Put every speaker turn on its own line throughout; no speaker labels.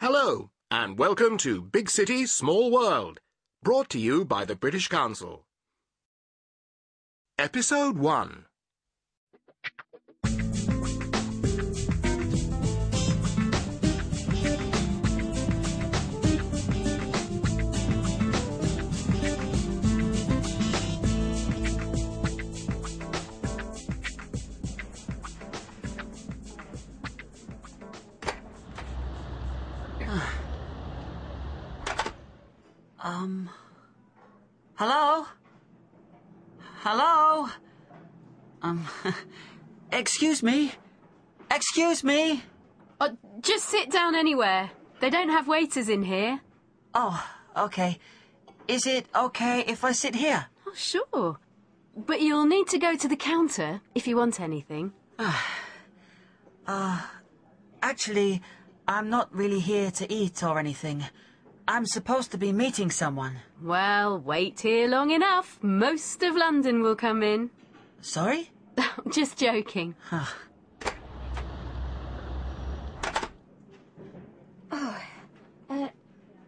Hello, and welcome to Big City, Small World, brought to you by the British Council. Episode 1
Um. Hello? Hello? Um. Excuse me? Excuse me?
Uh, just sit down anywhere. They don't have waiters in here.
Oh, okay. Is it okay if I sit here?
Oh, sure. But you'll need to go to the counter if you want anything.
Actually, I'm not really here to eat or anything. I'm supposed to be meeting someone.
Well, wait here long enough. Most of London will come in.
Sorry?
just joking.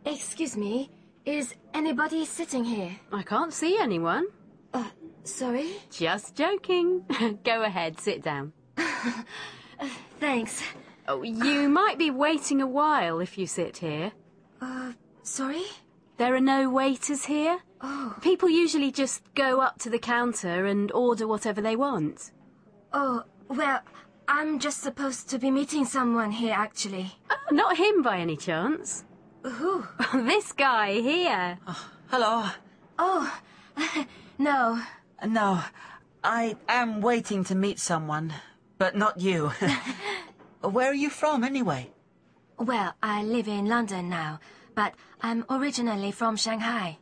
Excuse me, is anybody sitting here?
I can't see anyone.
Uh, Sorry?
Just joking. go ahead, sit down.
Thanks.
Oh, you might be waiting a while if you sit here.
Uh, Sorry?
There are no waiters here. Oh. People usually just go up to the counter and order whatever they want.
Oh, well, I'm just supposed to be meeting someone here actually.
Not him by any chance.
Who?
Oh, This guy here.
Hello?
Oh, no.
No, I am waiting to meet someone, but not you. Where are you from, anyway?
Well, I live in London now, but I'm originally from Shanghai.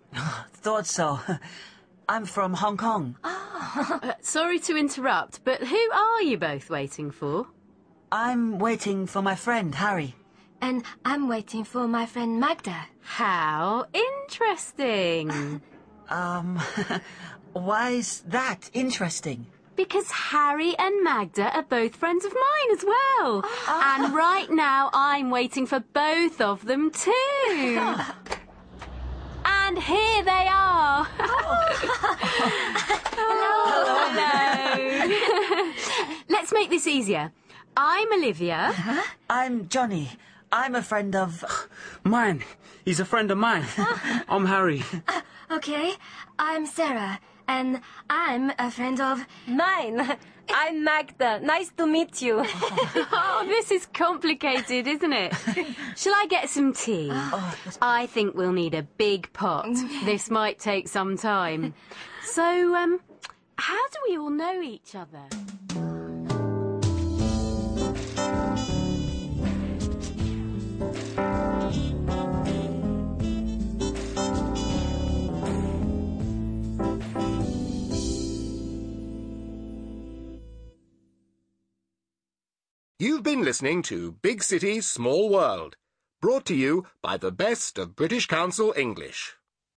Thought so. I'm from Hong Kong.
Sorry to interrupt, but who are you both waiting for?
I'm waiting for my friend, Harry.
And I'm waiting for my friend Magda.
How interesting.
Um, why's that interesting?
Because Harry and Magda are both friends of mine as well. And right now I'm waiting for both of them too. and here they are. Oh. Hello. Let's make this easier. I'm Olivia.
I'm Johnny. I'm a friend of.
Mine. He's a friend of mine. I'm Harry.
Okay, I'm Sarah, and I'm a friend of.
Mine. I'm Magda. Nice to meet you.
Oh, this is complicated, isn't it? Shall I get some tea? I think we'll need a big pot. This might take some time. So, um, how do we all know each other?
You've been listening to Big City, Small World, brought to you by the best of British Council English.